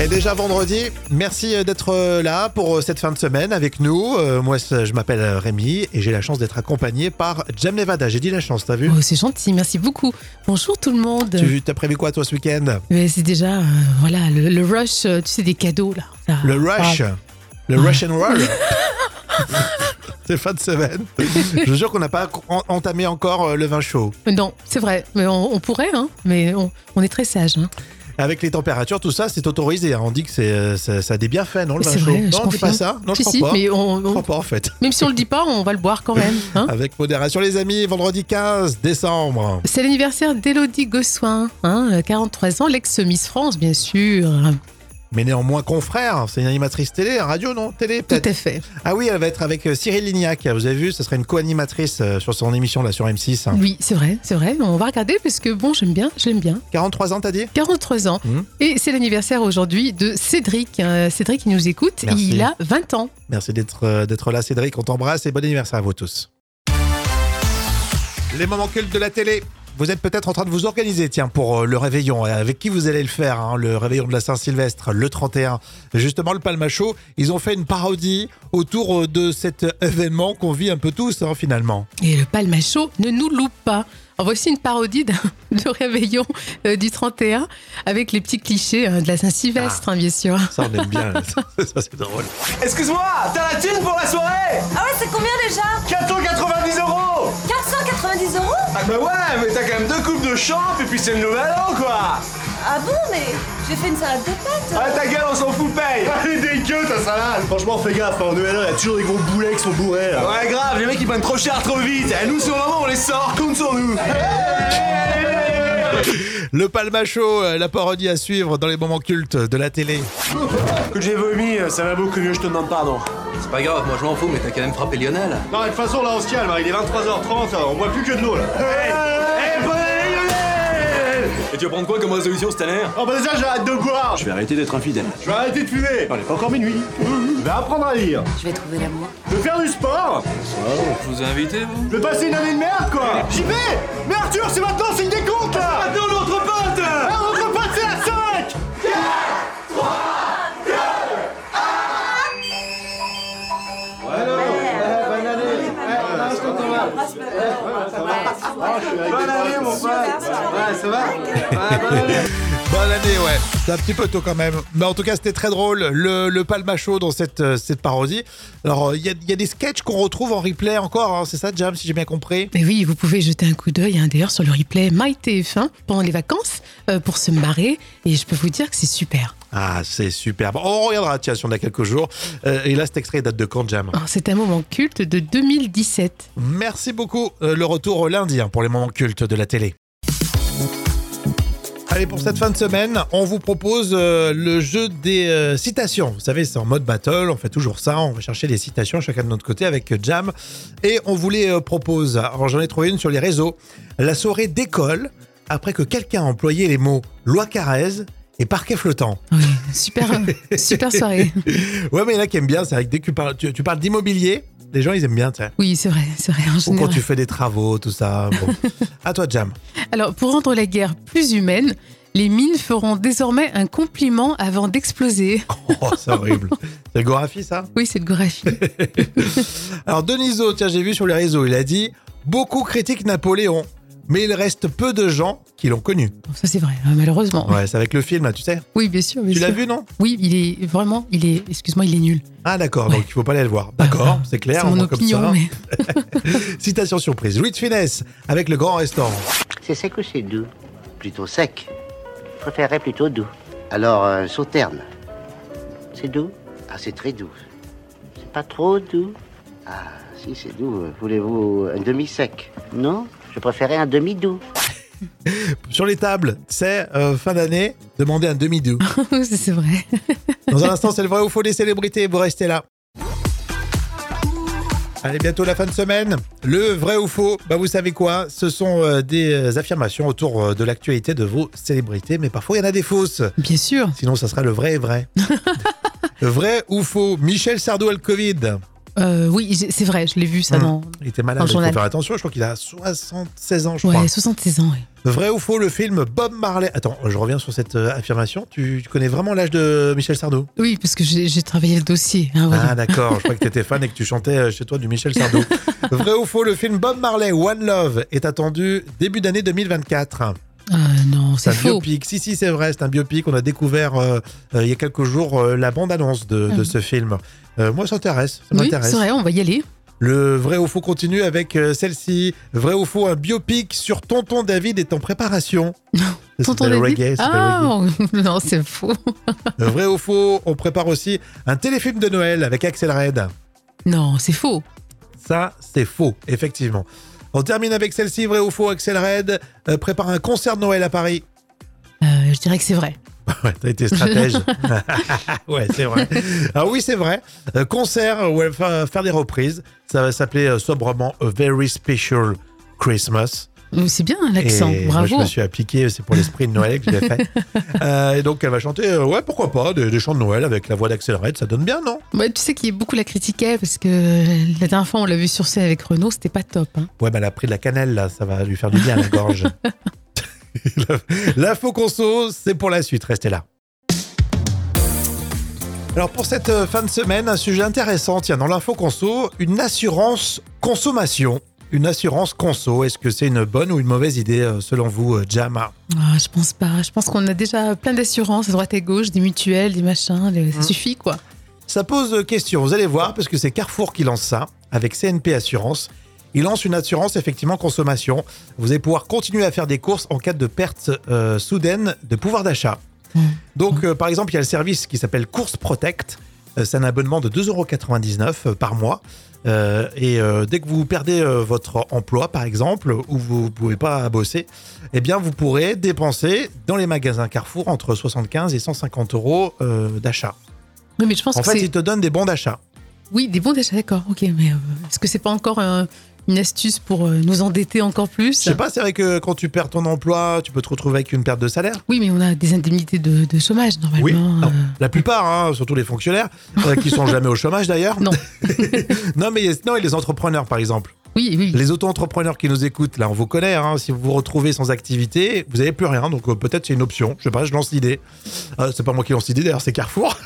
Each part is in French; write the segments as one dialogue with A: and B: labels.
A: Et déjà vendredi, merci euh, d'être là pour euh, cette fin de semaine avec nous. Euh, Moi, je m'appelle Rémi et j'ai la chance d'être accompagné par Jam Nevada. J'ai dit la chance, t'as vu
B: Oh, c'est gentil, merci beaucoup. Bonjour tout le monde.
A: Tu t'as prévu quoi toi ce week-end
B: Mais c'est déjà, euh, voilà, le, le rush, euh, tu sais, des cadeaux, là. Ça-
A: Le rush
B: Ah.
A: Le rush and roll C'est fin de semaine. Je jure qu'on n'a pas en- entamé encore euh, le vin chaud.
B: Ah, non, c'est vrai, mais on, on pourrait, hein, mais on, on est très sage. Hein.
A: Avec les températures, tout ça, c'est autorisé. hein. On dit que c'est, euh, ça, ça a des bienfaits, non, le vin
B: C'est
A: chaud
B: vrai, je
A: Non, on dit pas
B: confirme.
A: ça Non,
B: si,
A: je crois
B: si,
A: pas.
B: mais on-
A: Je
B: on-
A: crois pas, en fait.
B: même si on le dit pas, on va le boire quand même. hein.
A: Avec modération, les amis. Vendredi 15 décembre.
B: C'est l'anniversaire d'Élodie Gossuin, hein, euh, 43 ans, l'ex-Miss France, bien sûr.
A: Mais néanmoins confrère, c'est une animatrice télé, radio non Télé
B: Tout
A: peut-être
B: à fait.
A: Ah oui, elle va être avec euh, Cyril Lignac, vous avez vu, ce serait une co-animatrice euh, sur son émission là sur M6. hein.
B: Oui, c'est vrai, c'est vrai. On va regarder parce que, bon, j'aime bien, j'aime bien.
A: 43 ans t'as dit
B: 43 ans.
A: Mhm.
B: Et c'est l'anniversaire aujourd'hui de Cédric. Euh, Cédric, il nous écoute.
A: Merci.
B: Il a 20 ans.
A: Merci d'être euh, d'être là Cédric, on t'embrasse et bon anniversaire à vous tous. Les moments cultes de la télé vous êtes peut-être en train de vous organiser, tiens, pour euh, le réveillon. Et Avec qui vous allez le faire, hein, le réveillon de la Saint-Sylvestre, le 31. Justement, le Palmachot, ils ont fait une parodie autour euh, de cet événement qu'on vit un peu tous, hein, finalement.
B: Et le palmachot ne nous loupe pas. Alors voici une parodie d'un- de réveillon euh, du 31 avec les petits clichés hein, de la Saint-Sylvestre, hein, bien sûr.
A: Ça, on aime bien. ça, c'est drôle.
C: Excuse-moi, t'as la thune pour la soirée
D: Ah ouais, c'est combien déjà
C: 490 euros
D: 490 euros
C: Ah bah ouais, mais t'as quand même deux coupes de champ et puis c'est le nouvel an quoi
D: Ah bon, mais j'ai fait une salade de pâtes. hein,
C: Ah ta gueule, on s'en fout, paye
E: Allez, dégueu ta salade Franchement, fais gaffe, hein, au Nouvel An, y a toujours des gros boulets qui sont bourrés. là.
C: Ouais grave, les mecs ils prennent trop cher trop vite Et nous sur le moment on les sort, compte sur nous
A: Le Palmachot, euh, la parodie à suivre dans les moments cultes de la télé.
C: Que j'ai vomi, ça va beaucoup mieux, je te demande pardon.
F: C'est pas grave, moi je m'en fous, mais t'as quand même frappé Lionel.
E: Non, mais de toute façon, là, on se calme, hein, il est 23h30, hein, on boit plus que de l'eau, là. Eh,
C: Et tu vas prendre quoi comme résolution cette année hein
E: Oh bah déjà, j'ai hâte de boire
C: Je vais arrêter d'être infidèle.
E: Je vais arrêter de fumer On est pas encore minuit. Je vais apprendre à lire.
D: Je vais trouver l'amour.
E: De faire du sport
F: Je vous ai invité, vous
E: De passer une année de merde, quoi J'y vais Mais Arthur, c'est maintenant, signe des comptes, là
C: Maintenant l'autre pote
E: Ah, on repasse c'est à 5
C: Bonne année mon pote Ouais, ça va
A: Bonne année, ouais. C'est un petit peu tôt quand même. Mais en tout cas, c'était très drôle, le, le Palmachot dans cette, euh, cette parodie. Alors, euh, il y a, il y a des sketchs qu'on retrouve en replay encore, hein, c'est ça, Jam, si j'ai bien compris
B: Mais oui, vous pouvez jeter un coup d'œil hein, d'ailleurs sur le replay MyTF1 pendant les vacances euh, pour se marrer. Et je peux vous dire que c'est super.
A: Ah, c'est superbe. On regardera, tiens, si on a quelques jours. Euh, et là, cet extrait date de quand, Jam
B: Alors, C'est un moment culte de 2017.
A: Merci beaucoup. Euh, le retour au lundi hein, pour les moments cultes de la télé. Allez, pour cette fin de semaine, on vous propose euh, le jeu des euh, citations. Vous savez, c'est en mode battle, on fait toujours ça, on va chercher des citations chacun de notre côté avec euh, Jam, et on vous les euh, propose. Alors j'en ai trouvé une sur les réseaux. La soirée décolle après que quelqu'un a employé les mots loi Carrez et parquet flottant.
B: Oui, super, euh, super soirée.
A: Ouais, mais il y en a qui aiment bien, c'est vrai que dès que tu parles, tu, tu parles d'immobilier, les gens ils aiment bien, tu sais.
B: Oui, c'est vrai, c'est vrai. En
A: Ou quand
B: général.
A: tu fais des travaux, tout ça. Bon. à toi, Jam.
B: Alors, pour rendre la guerre plus humaine, les mines feront désormais un compliment avant d'exploser.
A: Oh, c'est horrible. C'est le Gorafi, ça
B: Oui, c'est le Gorafi.
A: Alors, Deniso, tiens, j'ai vu sur les réseaux, il a dit Beaucoup critiquent Napoléon, mais il reste peu de gens qui l'ont connu.
B: Bon, ça, c'est vrai, euh, malheureusement.
A: Ouais, c'est avec le film, là, tu sais.
B: Oui, bien sûr. bien
A: Tu l'as
B: sûr.
A: vu, non
B: Oui, il est vraiment, il est, excuse-moi, il est nul.
A: Ah, d'accord, donc il faut pas aller le voir. D'accord, c'est clair,
B: c'est mon
A: on voit comme
B: opinion,
A: ça.
B: mais
A: Citation surprise Louis de Finesse, avec le grand restaurant.
G: C'est sec ou c'est doux Plutôt sec. Je préférerais plutôt doux. Alors, euh, sauterne. C'est doux Ah, c'est très doux. C'est pas trop doux Ah, si, c'est doux. Voulez-vous un demi-sec Non Je préférais un demi-doux.
A: Sur les tables, c'est euh, fin d'année, demander un demi-doux.
B: Ça, c'est vrai.
A: Dans un instant, c'est le vrai ou faux des célébrités. Vous restez là. Allez, bientôt la fin de semaine. Le vrai ou faux, bah vous savez quoi Ce sont euh, des affirmations autour euh, de l'actualité de vos célébrités, mais parfois il y en a des fausses.
B: Bien sûr.
A: Sinon, ça sera le vrai et vrai. vrai ou faux Michel Sardou a le Covid.
B: Euh, oui, j'ai- c'est vrai, je l'ai vu ça
A: Hmm.
B: dans.
A: Il était malade,
B: Dans le
A: il faut
B: journal.
A: faire attention. Je crois qu'il a 76 ans, je crois.
B: Ouais, 76 ans, ouais.
A: Vrai ou faux, le film Bob Marley. Attends, je reviens sur cette euh, affirmation. Tu, tu connais vraiment l'âge de Michel Sardou
B: Oui, parce que j'ai j'ai travaillé le dossier. hein, voyons.
A: Ah, d'accord. Je crois que tu étais fan et que tu chantais euh, chez toi du Michel Sardou. Vrai ou faux, le film Bob Marley One Love est attendu début d'année 2024.
B: Ah, non,
A: C'est
B: c'est
A: un
B: faux.
A: biopic. Si, si, c'est vrai. C'est un biopic. On a découvert euh, euh, il y a quelques jours euh, la bande-annonce de, de
B: Mhm.
A: ce film. Euh, moi, ça m'intéresse. Ça
B: Oui,
A: m'intéresse.
B: c'est vrai, on va y aller.
A: Le vrai ou faux continue avec euh, celle-ci. Vrai ou faux, un biopic sur Tonton David est en préparation. Ça
B: Tonton
A: s'appelle
B: David.
A: reggae, ça s'appelle reggae. Euh,
B: ah, non, c'est faux.
A: Vrai ou faux, on prépare aussi un téléfilm de Noël avec Axel Red.
B: Non, c'est faux.
A: Ça, c'est faux, effectivement. On termine avec celle-ci. Vrai ou faux, Axel Red euh, prépare un concert de Noël à Paris.
B: Euh, je dirais que c'est vrai.
A: Ouais, t'as été stratège. ouais, c'est vrai. Ah oui, c'est vrai. Euh, concert où elle va faire des reprises. Ça va s'appeler euh, sobrement A Very Special Christmas.
B: Mais C'est bien l'accent,
A: Et Moi, je
B: bravo.
A: me suis appliqué, c'est pour l'esprit de Noël que je l'ai fait. Euh, et donc, elle va chanter, euh, ouais, pourquoi pas, des, des chants de Noël avec la voix d'Axel Red, ça donne bien, non
B: Ouais, Bah, tu sais qu'il y a beaucoup la critiquaient parce que euh, la dernière fois on l'a vu sur scène avec Renault, c'était pas top. hein.
A: Ouais, bah, elle a pris de la cannelle, là, ça va lui faire du bien à la gorge. La- L'info conso, c'est pour la suite, restez là. Alors, pour cette euh, fin de semaine, un sujet intéressant, tiens, dans l'info conso, une assurance consommation. Une assurance conso, est-ce que c'est une bonne ou une mauvaise idée, euh, selon vous, euh, Jam
B: Ah, je pense pas. Je pense qu'on a déjà plein d'assurances à droite et gauche, des mutuelles, des machins. des-
A: Mm.
B: Ça suffit quoi.
A: Ça pose question, vous allez voir, parce que c'est Carrefour qui lance ça, avec CNP Assurance. Il lance une assurance, effectivement, consommation. Vous allez pouvoir continuer à faire des courses en cas de perte euh, soudaine de pouvoir d'achat. Donc, euh, par exemple, il y a le service qui s'appelle Course Protect. Euh, C'est un abonnement de 2,99€ par mois. Euh, et euh, dès que vous perdez euh, votre emploi, par exemple, ou vous ne pouvez pas bosser, eh bien, vous pourrez dépenser dans les magasins Carrefour entre 75 et 150 euros euh, d'achat.
B: Oui, mais je pense
A: En
B: que
A: fait,
B: c'est.
A: ils te donnent des bons d'achat.
B: Oui, des bons d'achat, d'accord. Ok, mais euh, est-ce que c'est pas encore euh, une astuce pour euh, nous endetter encore plus
A: Je sais pas, c'est vrai que quand tu perds ton emploi, tu peux te retrouver avec une perte de salaire.
B: Oui, mais on a des indemnités de, de chômage normalement.
A: non.
B: euh,
A: La plupart, hein, surtout les fonctionnaires, euh, qui sont jamais au chômage d'ailleurs.
B: Non.
A: non, mais non, et les entrepreneurs par exemple.
B: Oui, oui.
A: Les auto-entrepreneurs qui nous écoutent, là, on vous connaît. hein, si vous vous retrouvez sans activité, vous n'avez plus rien. Donc euh, peut-être c'est une option. Je sais pas, je lance l'idée. Euh, c'est pas moi qui lance l'idée d'ailleurs, c'est Carrefour.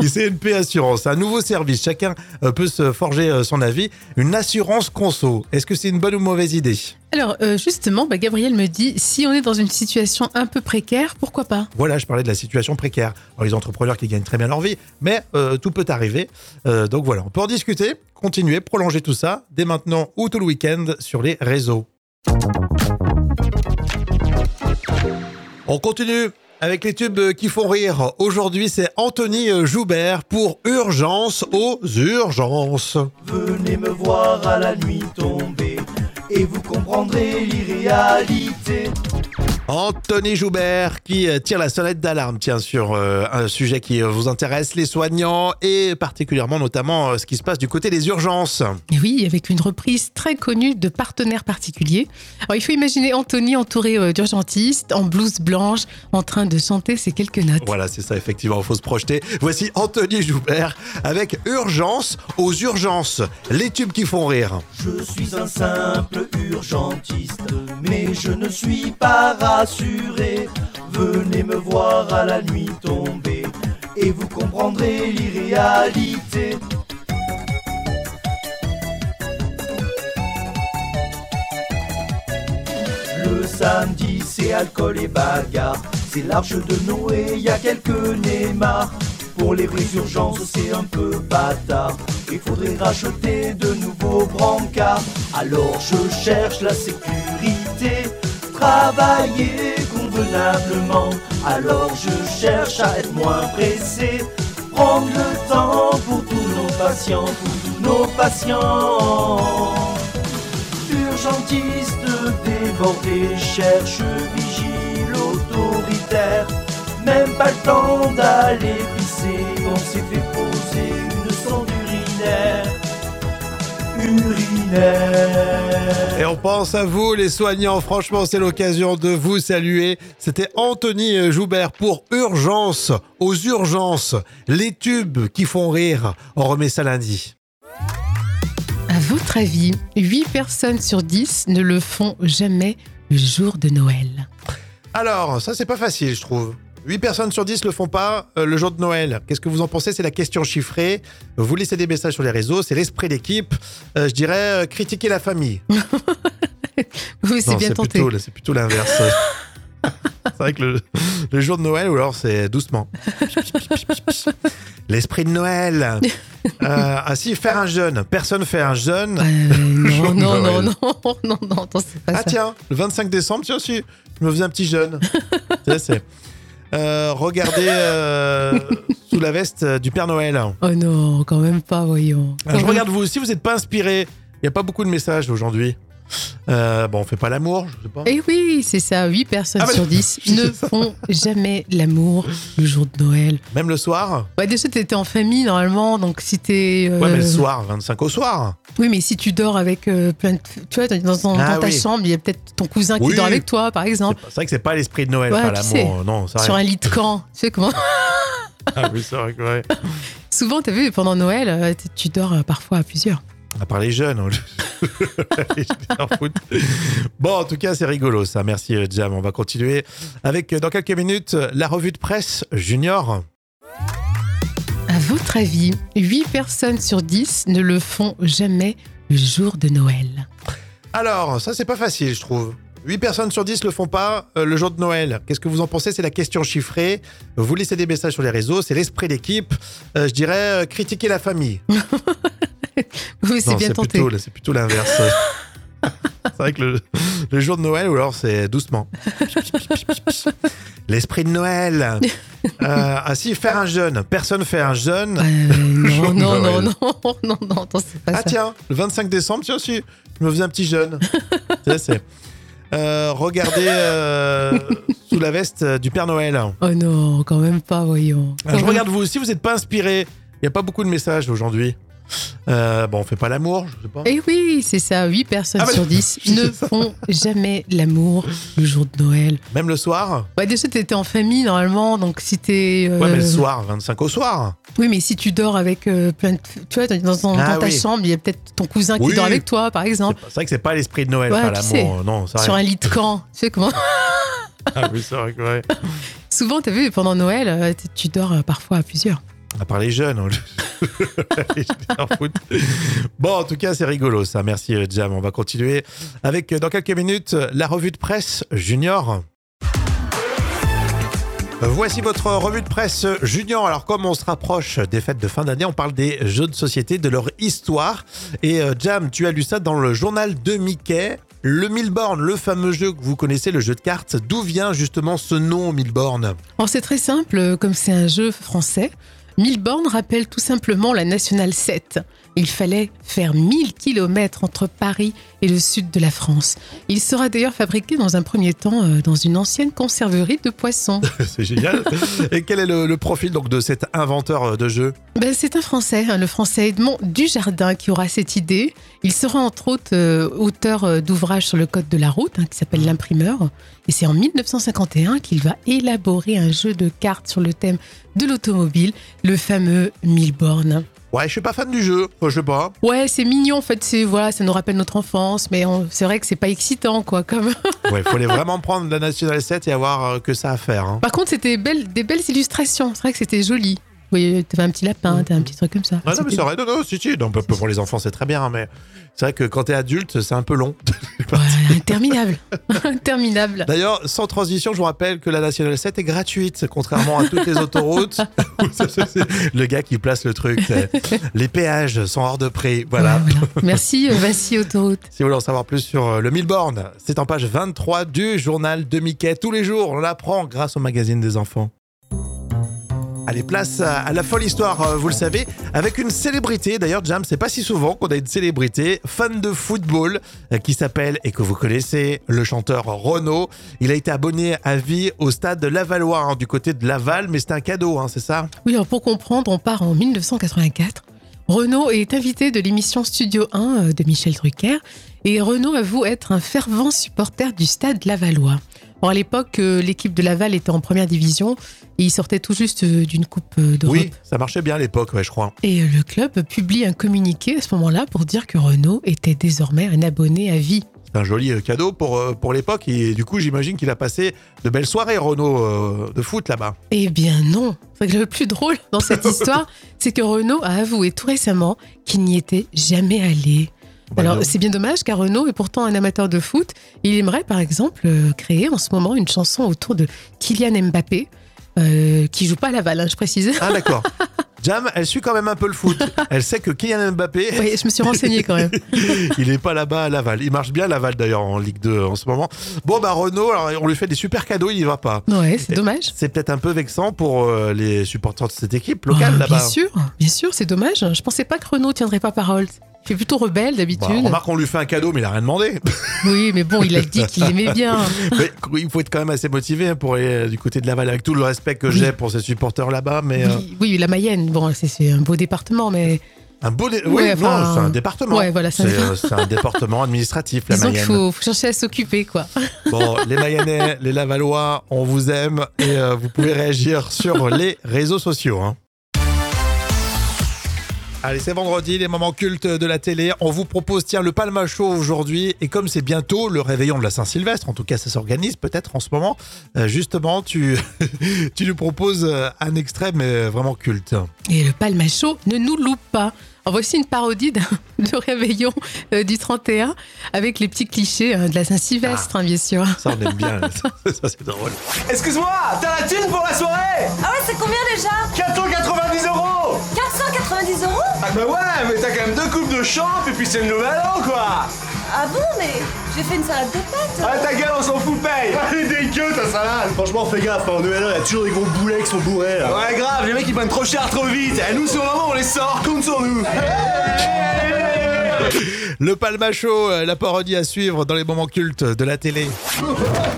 A: et CNP Assurance, un nouveau service. Chacun euh, peut se forger euh, son avis. Une assurance conso. Est-ce que c'est une bonne ou mauvaise idée
B: Alors euh, justement, bah, Gabriel me dit, si on est dans une situation un peu précaire, pourquoi pas
A: Voilà, je parlais de la situation précaire. Alors, les entrepreneurs qui gagnent très bien leur vie, mais euh, tout peut arriver. Euh, donc voilà, on peut en discuter, continuer, prolonger tout ça dès maintenant ou tout le week-end sur les réseaux. On continue avec les tubes qui font rire. Aujourd'hui, c'est Anthony Joubert pour Urgence aux urgences.
H: Venez me voir à la nuit tombée et vous comprendrez l'irréalité.
A: Anthony Joubert qui euh, tire la sonnette d'alarme, tiens, sur euh, un sujet qui euh, vous intéresse, les soignants, et particulièrement notamment euh, ce qui se passe du côté des urgences.
B: Et oui, avec une reprise très connue de partenaires particuliers. Alors, il faut imaginer Anthony entouré euh, d'urgentistes, en blouse blanche, en train de chanter ces quelques notes.
A: Voilà, c'est ça, effectivement, il faut se projeter. Voici Anthony Joubert avec Urgence aux urgences, les tubes qui font rire.
H: Je suis un simple urgentiste, mais je ne suis pas rassuré. Venez me voir à la nuit tombée et vous comprendrez l'irréalité. Le samedi, c'est alcool et bagarre. C'est l'arche de Noé, y a quelques Neymar. Pour les vraies urgences, c'est un peu bâtard. Il faudrait racheter de nouveaux brancards. Alors je cherche la sécurité, travailler convenablement. Alors je cherche à être moins pressé, prendre le temps pour tous nos patients, pour tous nos patients. Urgentiste débordé cherche vigile autoritaire. Même pas le temps d'aller pisser, on s'est fait poser une sonde urinaire. Urinaire.
A: Et on pense à vous, les soignants. Franchement, c'est l'occasion de vous saluer. C'était Anthony euh, Joubert pour Urgence, aux urgences, les tubes qui font rire. On remet ça lundi.
B: À votre avis, 8 personnes sur 10 ne le font jamais le jour de Noël.
A: Alors, ça, c'est pas facile, je trouve. 8 personnes sur 10 le font pas euh, le jour de Noël. Qu'est-ce que vous en pensez C'est la question chiffrée. Vous laissez des messages sur les réseaux, c'est l'esprit d'équipe. Euh, je dirais euh, critiquer la famille.
B: Oui, c'est
A: Non,
B: bien tenté.
A: plutôt- C'est plutôt l'inverse. c'est vrai que le, le jour de Noël, ou alors c'est doucement. L'esprit de Noël. Euh, ah si, faire un jeûne. Personne fait un jeûne.
B: Euh,
A: jour
B: non,
A: de
B: non, non,
A: Noël.
B: non, non, non, non, c'est pas
A: Ah
B: ça.
A: tiens, le 25 décembre, tiens si, je me faisais un petit jeûne. Tu sais, c'est- Euh, regarder euh, sous la veste euh, du Père Noël.
B: Oh non, quand même pas, voyons.
A: Euh, je regarde vous aussi, vous n'êtes pas inspiré. Il n'y a pas beaucoup de messages aujourd'hui. Euh, bon, on fait pas l'amour, je sais pas.
B: Eh oui, c'est ça, 8 personnes
A: Ah bah,
B: sur 10
A: je sais
B: ne font jamais l'amour le jour de Noël.
A: Même le soir.
B: Bah déjà, t'étais en famille normalement, donc si t'es... euh,
A: Ouais, mais le soir, 25 au soir.
B: Oui, mais si tu dors avec euh, plein de... Tu vois, dans, dans-
A: Ah
B: dans ta
A: oui.
B: chambre, il y a peut-être ton cousin
A: Oui.
B: qui dort avec toi, par exemple,
A: C'est vrai que c'est pas l'esprit de Noël,
B: Ouais,
A: enfin,
B: tu
A: l'amour. euh, Non, ça
B: sur un lit de camp. Tu sais comment
A: Ah oui, c'est vrai que ouais.
B: Souvent, t'as vu, pendant Noël, euh, t- tu dors euh, parfois à plusieurs.
A: À part les jeunes. on- les jeunes en foot. Bon, en tout cas, c'est rigolo ça. Merci euh, Jam. On va continuer avec, euh, dans quelques minutes, euh, la revue de presse junior.
B: À votre avis, 8 personnes sur 10 ne le font jamais le jour de Noël.
A: Alors, ça, c'est pas facile, je trouve. 8 personnes sur 10 le font pas euh, le jour de Noël. Qu'est-ce que vous en pensez C'est la question chiffrée. Vous laissez des messages sur les réseaux, c'est l'esprit d'équipe. Euh, je dirais euh, critiquer la famille.
B: Oui, c'est
A: Non,
B: bien tenté.
A: plutôt- C'est plutôt l'inverse. c'est vrai que le, le jour de Noël, ou alors c'est doucement. L'esprit de Noël. Euh, ah si, faire un jeûne. Personne fait un jeûne.
B: Euh,
A: jour
B: non,
A: de
B: non, non,
A: Noël.
B: non, non, non, non, c'est pas
A: Ah
B: ça.
A: tiens, le 25 décembre, tiens si, je me faisais un petit jeûne. Tu sais, c'est... euh, regarder euh, sous la veste euh, du Père Noël.
B: Oh non, quand même pas, voyons.
A: Euh, je regarde vous aussi, vous n'êtes pas inspiré. Il n'y a pas beaucoup de messages aujourd'hui. Euh, bon, on fait pas l'amour, je sais pas.
B: Eh oui, c'est ça, 8 personnes
A: Ah bah,
B: sur 10
A: je sais
B: ne font jamais l'amour le jour de Noël.
A: Même le soir.
B: Bah déjà, t'étais en famille normalement, donc si t'es... euh,
A: Ouais, mais le soir, 25 au soir.
B: Oui, mais si tu dors avec euh, plein de... Tu vois, dans, dans-
A: Ah
B: dans ta
A: oui.
B: chambre, il y a peut-être ton cousin
A: Oui.
B: qui dort avec toi, par exemple,
A: C'est pas- c'est vrai que c'est pas l'esprit de Noël,
B: Ouais,
A: enfin,
B: tu
A: l'amour. euh, Non, c'est
B: sur
A: vrai.
B: un lit de camp. Tu sais comment
A: Ah oui, c'est vrai que, ouais.
B: Souvent, t'as vu, pendant Noël, euh, t- tu dors euh, parfois à plusieurs.
A: À part les jeunes. on- les jeunes en foot. Bon, en tout cas, c'est rigolo ça. Merci, euh, Jam. On va continuer avec, euh, dans quelques minutes, euh, la revue de presse junior. Voici votre revue de presse junior. Alors, comme on se rapproche des fêtes de fin d'année, on parle des jeux de société, de leur histoire. Et euh, Jam, tu as lu ça dans le journal de Mickey. Le Milborn, le fameux jeu que vous connaissez, le jeu de cartes. D'où vient justement ce nom, Milborn
B: Bon, c'est très simple, euh, comme c'est un jeu français. 1000 bornes rappelle tout simplement la Nationale 7. Il fallait faire 1000 kilomètres entre Paris et le sud de la France. Il sera d'ailleurs fabriqué dans un premier temps euh, dans une ancienne conserverie de poissons.
A: C'est génial. Et quel est le, le profil donc de cet inventeur euh, de jeu
B: Ben, c'est un Français, hein, le Français Edmond Dujardin, qui aura cette idée. Il sera entre autres euh, auteur euh, d'ouvrages sur le code de la route, hein, qui s'appelle L'imprimeur. Et c'est en 1951 qu'il va élaborer un jeu de cartes sur le thème de l'automobile, le fameux Milborn.
A: Ouais, je suis pas fan du jeu. Enfin, je sais pas.
B: Ouais, c'est mignon en fait, c'est voilà, ça nous rappelle notre enfance, mais on- c'est vrai que c'est pas excitant quoi. Comme...
A: Ouais, faut les vraiment prendre la National 7 et avoir euh, que ça à faire. hein.
B: Par contre, c'était belle- des belles illustrations. C'est vrai que c'était joli. Oui, t'avais un petit lapin, t'avais un petit truc comme ça.
A: Ah non, mais
B: C'était-
A: c'est vrai. Non, non, si, si. Non, peu- peu pour les enfants, c'est très bien. hein, mais c'est vrai que quand t'es adulte, c'est un peu long.
B: Ouais, interminable, interminable.
A: D'ailleurs, sans transition, je vous rappelle que la National 7 est gratuite, contrairement à toutes les autoroutes. le gars qui place le truc. c'est- Les péages sont hors de prix. Voilà.
B: Ouais, voilà. Merci, euh, Vassy Autoroute.
A: Si vous voulez en savoir plus sur euh, le Milborn, c'est en page 23 du journal de Mickey. Tous les jours, on l'apprend grâce au magazine des enfants. Allez, place à à la folle histoire, euh, vous le savez, avec une célébrité. D'ailleurs, Jam, c'est pas si souvent qu'on a une célébrité fan de football euh, qui s'appelle, et que vous connaissez, le chanteur Renaud. Il a été abonné à vie au stade Lavallois, hein, du côté de Laval, mais c'est un cadeau, hein, c'est ça
B: Oui, alors pour comprendre, on part en 1984. Renaud est invité de l'émission Studio 1 euh, de Michel Drucker et Renaud avoue être un fervent supporter du stade Lavallois. Or, à l'époque, euh, l'équipe de Laval était en première division et il sortait tout juste euh, d'une Coupe euh, d'Europe.
A: Oui, ça marchait bien à l'époque, ouais, je crois.
B: Et euh, le club publie un communiqué à ce moment-là pour dire que Renault était désormais un abonné à vie.
A: C'est un joli euh, cadeau pour, euh, pour l'époque. Et du coup, j'imagine qu'il a passé de belles soirées, Renault, euh, de foot là-bas.
B: Eh bien non C'est que Le plus drôle dans cette histoire, c'est que Renault a avoué tout récemment qu'il n'y était jamais allé.
A: Bah,
B: Alors
A: bien.
B: c'est bien dommage car Renault est pourtant un amateur de foot. Il aimerait par exemple euh, créer en ce moment une chanson autour de Kylian Mbappé, euh, qui joue pas à Laval, hein, je précise.
A: Ah, d'accord. Jam, elle suit quand même un peu le foot. Elle sait que Kylian Mbappé,
B: Oui, je me suis renseignée quand même.
A: il n'est pas là-bas à Laval. Il marche bien Laval d'ailleurs en Ligue 2 en ce moment. Bon, bah Renault, alors, on lui fait des super cadeaux, il n'y va pas.
B: Ouais, c'est dommage.
A: C'est peut-être un peu vexant pour euh, les supporters de cette équipe locale
B: Ah,
A: là-bas.
B: Bien sûr, bien sûr, c'est dommage. Je pensais pas que Renault tiendrait pas parole. Il fait plutôt rebelle
A: Bah,
B: d'habitude.
A: remarque, on lui fait un cadeau, mais il n'a rien demandé.
B: oui, mais bon, il a dit qu'il aimait bien.
A: Mais il faut être quand même assez motivé hein, pour aller euh, du côté de Laval, avec tout le respect que
B: Oui.
A: j'ai pour ces supporters là-bas. Mais euh,
B: Oui, oui, la Mayenne, bon, c'est- c'est un beau département, mais
A: un beau. dé-
B: Ouais,
A: oui,
B: enfin,
A: non, c'est un département.
B: ouais, voilà,
A: c'est
B: ça-
A: euh, c'est un département administratif, la
B: disons qu'il
A: Mayenne.
B: faut, faut chercher à s'occuper, quoi.
A: Bon, les Mayennais, les Lavallois, on vous aime et euh, vous pouvez réagir sur les réseaux sociaux. hein. Allez, c'est vendredi, les moments cultes de la télé. On vous propose, tiens, le Palma Show aujourd'hui. Et comme c'est bientôt le réveillon de la Saint-Sylvestre, en tout cas, ça s'organise peut-être en ce moment. euh, justement, tu, tu nous proposes euh, un extrait, mais vraiment culte.
B: Et le Palmacho ne nous loupe pas. En voici une parodie d'un- de Réveillon euh, du 31 avec les petits clichés hein, de la
A: Ah.
B: Saint-Sylvestre, hein, bien sûr.
A: Ça, on aime bien. ça, ça, c'est drôle.
C: Excuse-moi, t'as la thune pour la soirée
D: Ah ouais, c'est combien déjà
C: 490 euros
D: 490 euros
C: Ah bah ouais, mais t'as quand même deux coupes de champ et puis c'est le nouvel an quoi
D: Ah bon, mais j'ai fait une salade de pâtes. hein.
C: Ah ta gueule, on s'en fout, paye
E: Allez, dégueu ta salade Franchement, fais gaffe, hein, en ELE, y a toujours des gros boulets qui sont bourrés là.
C: Ouais grave, les mecs ils prennent trop cher trop vite Et nous sur le moment on les sort, compte sur nous
A: Le Palma Show, euh, la parodie à suivre dans les moments cultes de la télé.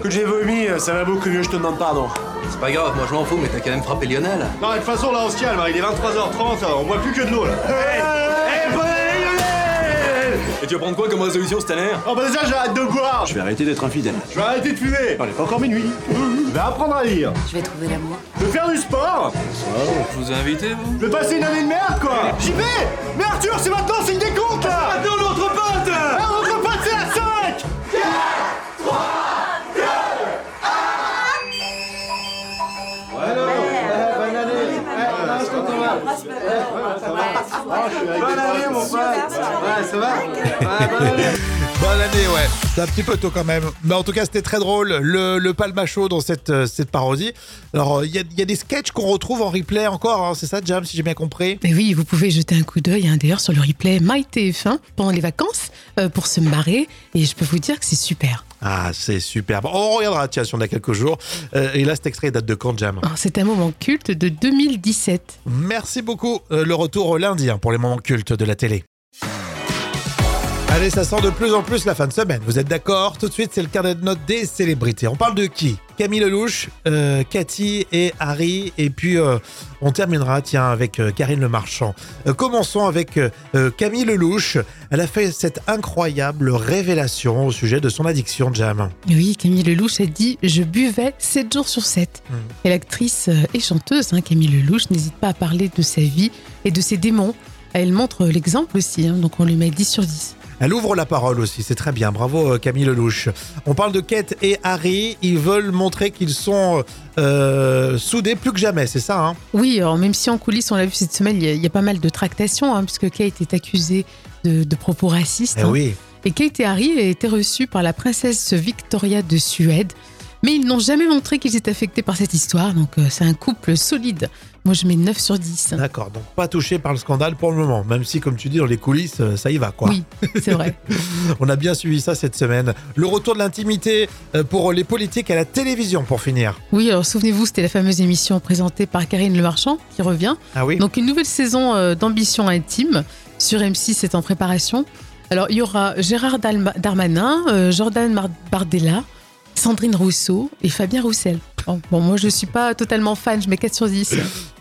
C: Que j'ai vomi, ça va beaucoup mieux, je te demande pardon
F: C'est pas grave, moi je m'en fous, mais t'as quand même frappé Lionel.
E: Non, mais de toute façon, là, on se calme, hein, il est 23h30, hein, on boit plus que de l'eau là.
C: Et tu vas prendre quoi comme résolution cette année hein
E: Oh bah déjà, j'ai hâte de boire
C: Je vais arrêter d'être infidèle.
E: Je vais arrêter de fumer Oh, il est pas encore minuit Je vais apprendre à lire
D: Je vais trouver l'amour.
E: Je vais faire du sport
F: Je vous ai invité, vous
E: Je vais passer une année de merde, quoi J'y vais Mais Arthur, c'est maintenant, signe des comptes,
F: Ah,
E: là
C: Attends l'autre pote
E: Ah, on repasse c'est à 5
C: Bonne année mon pote Ouais, ça va
A: Bonne année, ouais. C'est un petit peu tôt quand même. Mais en tout cas, c'était très drôle. Le, le Palma Show dans cette, euh, cette parodie. Alors, euh, il y a, il y a des sketchs qu'on retrouve en replay encore. hein. C'est ça, Jam, si j'ai bien compris
B: Mais oui, vous pouvez jeter un coup d'œil hein, d'ailleurs sur le replay MyTF1 pendant les vacances euh, pour se marrer. Et je peux vous dire que c'est super.
A: Ah, c'est superbe. On regardera, tiens, si on a quelques jours. Euh, et là, cet extrait date de quand, Jam
B: Alors, Oh, C'est un moment culte de 2017.
A: Merci beaucoup. Euh, le retour au lundi hein, pour les moments cultes de la télé. Allez, ça sent de plus en plus la fin de semaine. Vous êtes d'accord Tout de suite, c'est le carnet de notes des célébrités. On parle de qui Camille Lelouch, euh, Cathy et Harry. Et puis, euh, on terminera, tiens, avec euh, Karine Le Marchand. Euh, commençons avec euh, euh, Camille Lelouch. Elle a fait cette incroyable révélation au sujet de son addiction, Jam.
B: Oui, Camille Lelouch a dit Je buvais 7 jours sur 7.
A: Mm.
B: Et l'actrice euh, et chanteuse, hein, Camille Lelouch, n'hésite pas à parler de sa vie et de ses démons. Elle montre l'exemple aussi, hein, donc on lui met 10 sur 10.
A: Elle ouvre la parole aussi, c'est très bien. Bravo euh, Camille Lelouch. On parle de Kate et Harry. Ils veulent montrer qu'ils sont euh, soudés plus que jamais, c'est ça hein
B: Oui, alors même si en coulisses, on l'a vu cette semaine, il y, a- il y a pas mal de tractations, hein, puisque Kate est accusée de, de propos racistes. hein.
A: Eh oui.
B: Et Kate et Harry a été reçus par la princesse Victoria de Suède. Mais ils n'ont jamais montré qu'ils étaient affectés par cette histoire, donc euh, c'est un couple solide. Moi, je mets 9 sur 10.
A: Hein D'accord, donc pas touché par le scandale pour le moment, même si comme tu dis dans les coulisses, euh, ça y va quoi.
B: Oui, c'est vrai.
A: On a bien suivi ça cette semaine. Le retour de l'intimité euh, pour les politiques à la télévision pour finir.
B: Oui, alors souvenez-vous, c'était la fameuse émission présentée par Karine Le Marchand qui revient.
A: Ah oui
B: Donc une nouvelle saison euh, d'ambition intime sur M6 est en préparation. Alors il y aura Gérard Dalma- Darmanin, euh, Jordan Mar- Bardella, Sandrine Rousseau et Fabien Roussel. Oh, bon, moi je suis pas totalement fan, je mets 4 sur 10.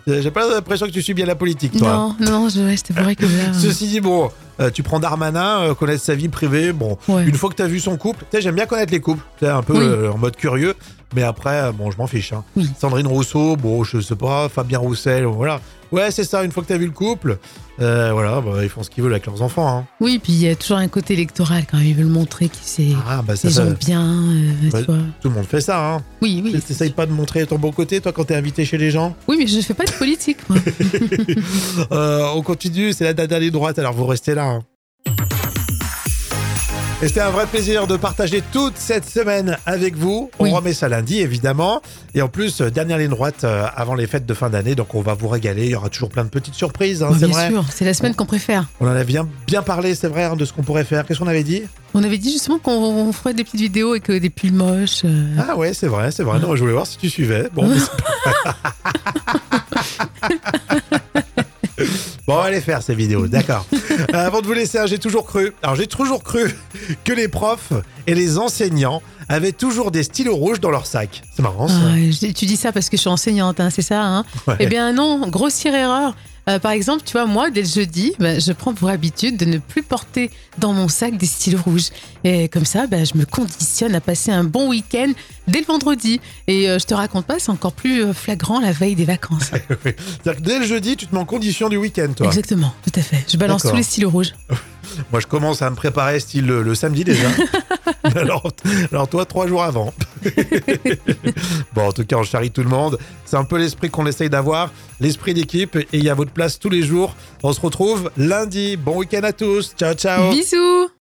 A: Euh, J'ai pas l'impression que tu suis bien la politique, toi.
B: non, non, je reste bourré que là.
A: Ceci dit, bon, Euh, tu prends Darmanin, euh, connaître sa vie privée. Bon,
B: Ouais.
A: une fois que t'as vu son couple, tu sais, j'aime bien connaître les couples. Tu sais, un peu
B: Oui.
A: euh, en mode curieux. Mais après, euh, bon, je m'en fiche. hein.
B: Oui.
A: Sandrine Rousseau, bon, je sais pas. Fabien Roussel, voilà. Ouais, c'est ça. Une fois que t'as vu le couple, euh, voilà, bah, ils font ce qu'ils veulent avec leurs enfants. hein.
B: Oui, puis il y a toujours un côté électoral quand même. Ils veulent montrer que c'est
A: Ah, bah ça,
B: des
A: ça-
B: gens bien. euh,
A: Ouais.
B: tu vois.
A: tout le monde fait ça. Hein.
B: Oui, oui.
A: T'essayes pas de montrer ton bon côté, toi, quand t'es invité chez les gens.
B: Oui, mais je ne fais pas de politique, moi.
A: Euh, on continue, c'est la dada des droites, alors vous restez là. hein. Et c'était un vrai plaisir de partager toute cette semaine avec vous. On
B: Oui.
A: remet ça lundi, évidemment. Et en plus, euh, dernière ligne droite euh, avant les fêtes de fin d'année, donc on va vous régaler. Il y aura toujours plein de petites surprises, hein,
B: Bah,
A: c'est
B: bien
A: vrai.
B: sûr, c'est la semaine qu'on préfère.
A: On en a bien, bien parlé, c'est vrai, hein, de ce qu'on pourrait faire. Qu'est-ce qu'on avait dit
B: On avait dit justement qu'on on ferait des petites vidéos avec euh, des pulls moches. euh.
A: Ah ouais, c'est vrai, c'est vrai. Non, moi, je voulais voir si tu suivais. Bon, mais c'est pas- Bon, on va les faire ces vidéos, d'accord. Euh, Avant de vous laisser, hein, j'ai toujours cru, alors j'ai toujours cru que les profs et les enseignants avaient toujours des stylos rouges dans leur sac. C'est marrant ça.
B: Ah, je- tu dis ça parce que je suis enseignante, hein, c'est ça hein
A: Ouais.
B: Eh bien non, grossière erreur. Euh, par exemple, tu vois, moi, dès le jeudi, ben, je prends pour habitude de ne plus porter dans mon sac des stylos rouges. Et comme ça, ben, je me conditionne à passer un bon week-end dès le vendredi. Et euh, je te raconte pas, c'est encore plus euh, flagrant la veille des vacances.
A: C'est-à-dire que dès le jeudi, tu te mets en condition du week-end, toi.
B: Exactement, tout à fait. Je balance
A: D'accord.
B: tous les stylos rouges.
A: Moi, je commence à me préparer style le, le samedi déjà. alors, alors toi, trois jours avant. bon, en tout cas, on charrie tout le monde. C'est un peu l'esprit qu'on essaye d'avoir, l'esprit d'équipe. Et il y a votre place tous les jours. On se retrouve lundi. Bon week-end à tous. Ciao, ciao.
B: Bisous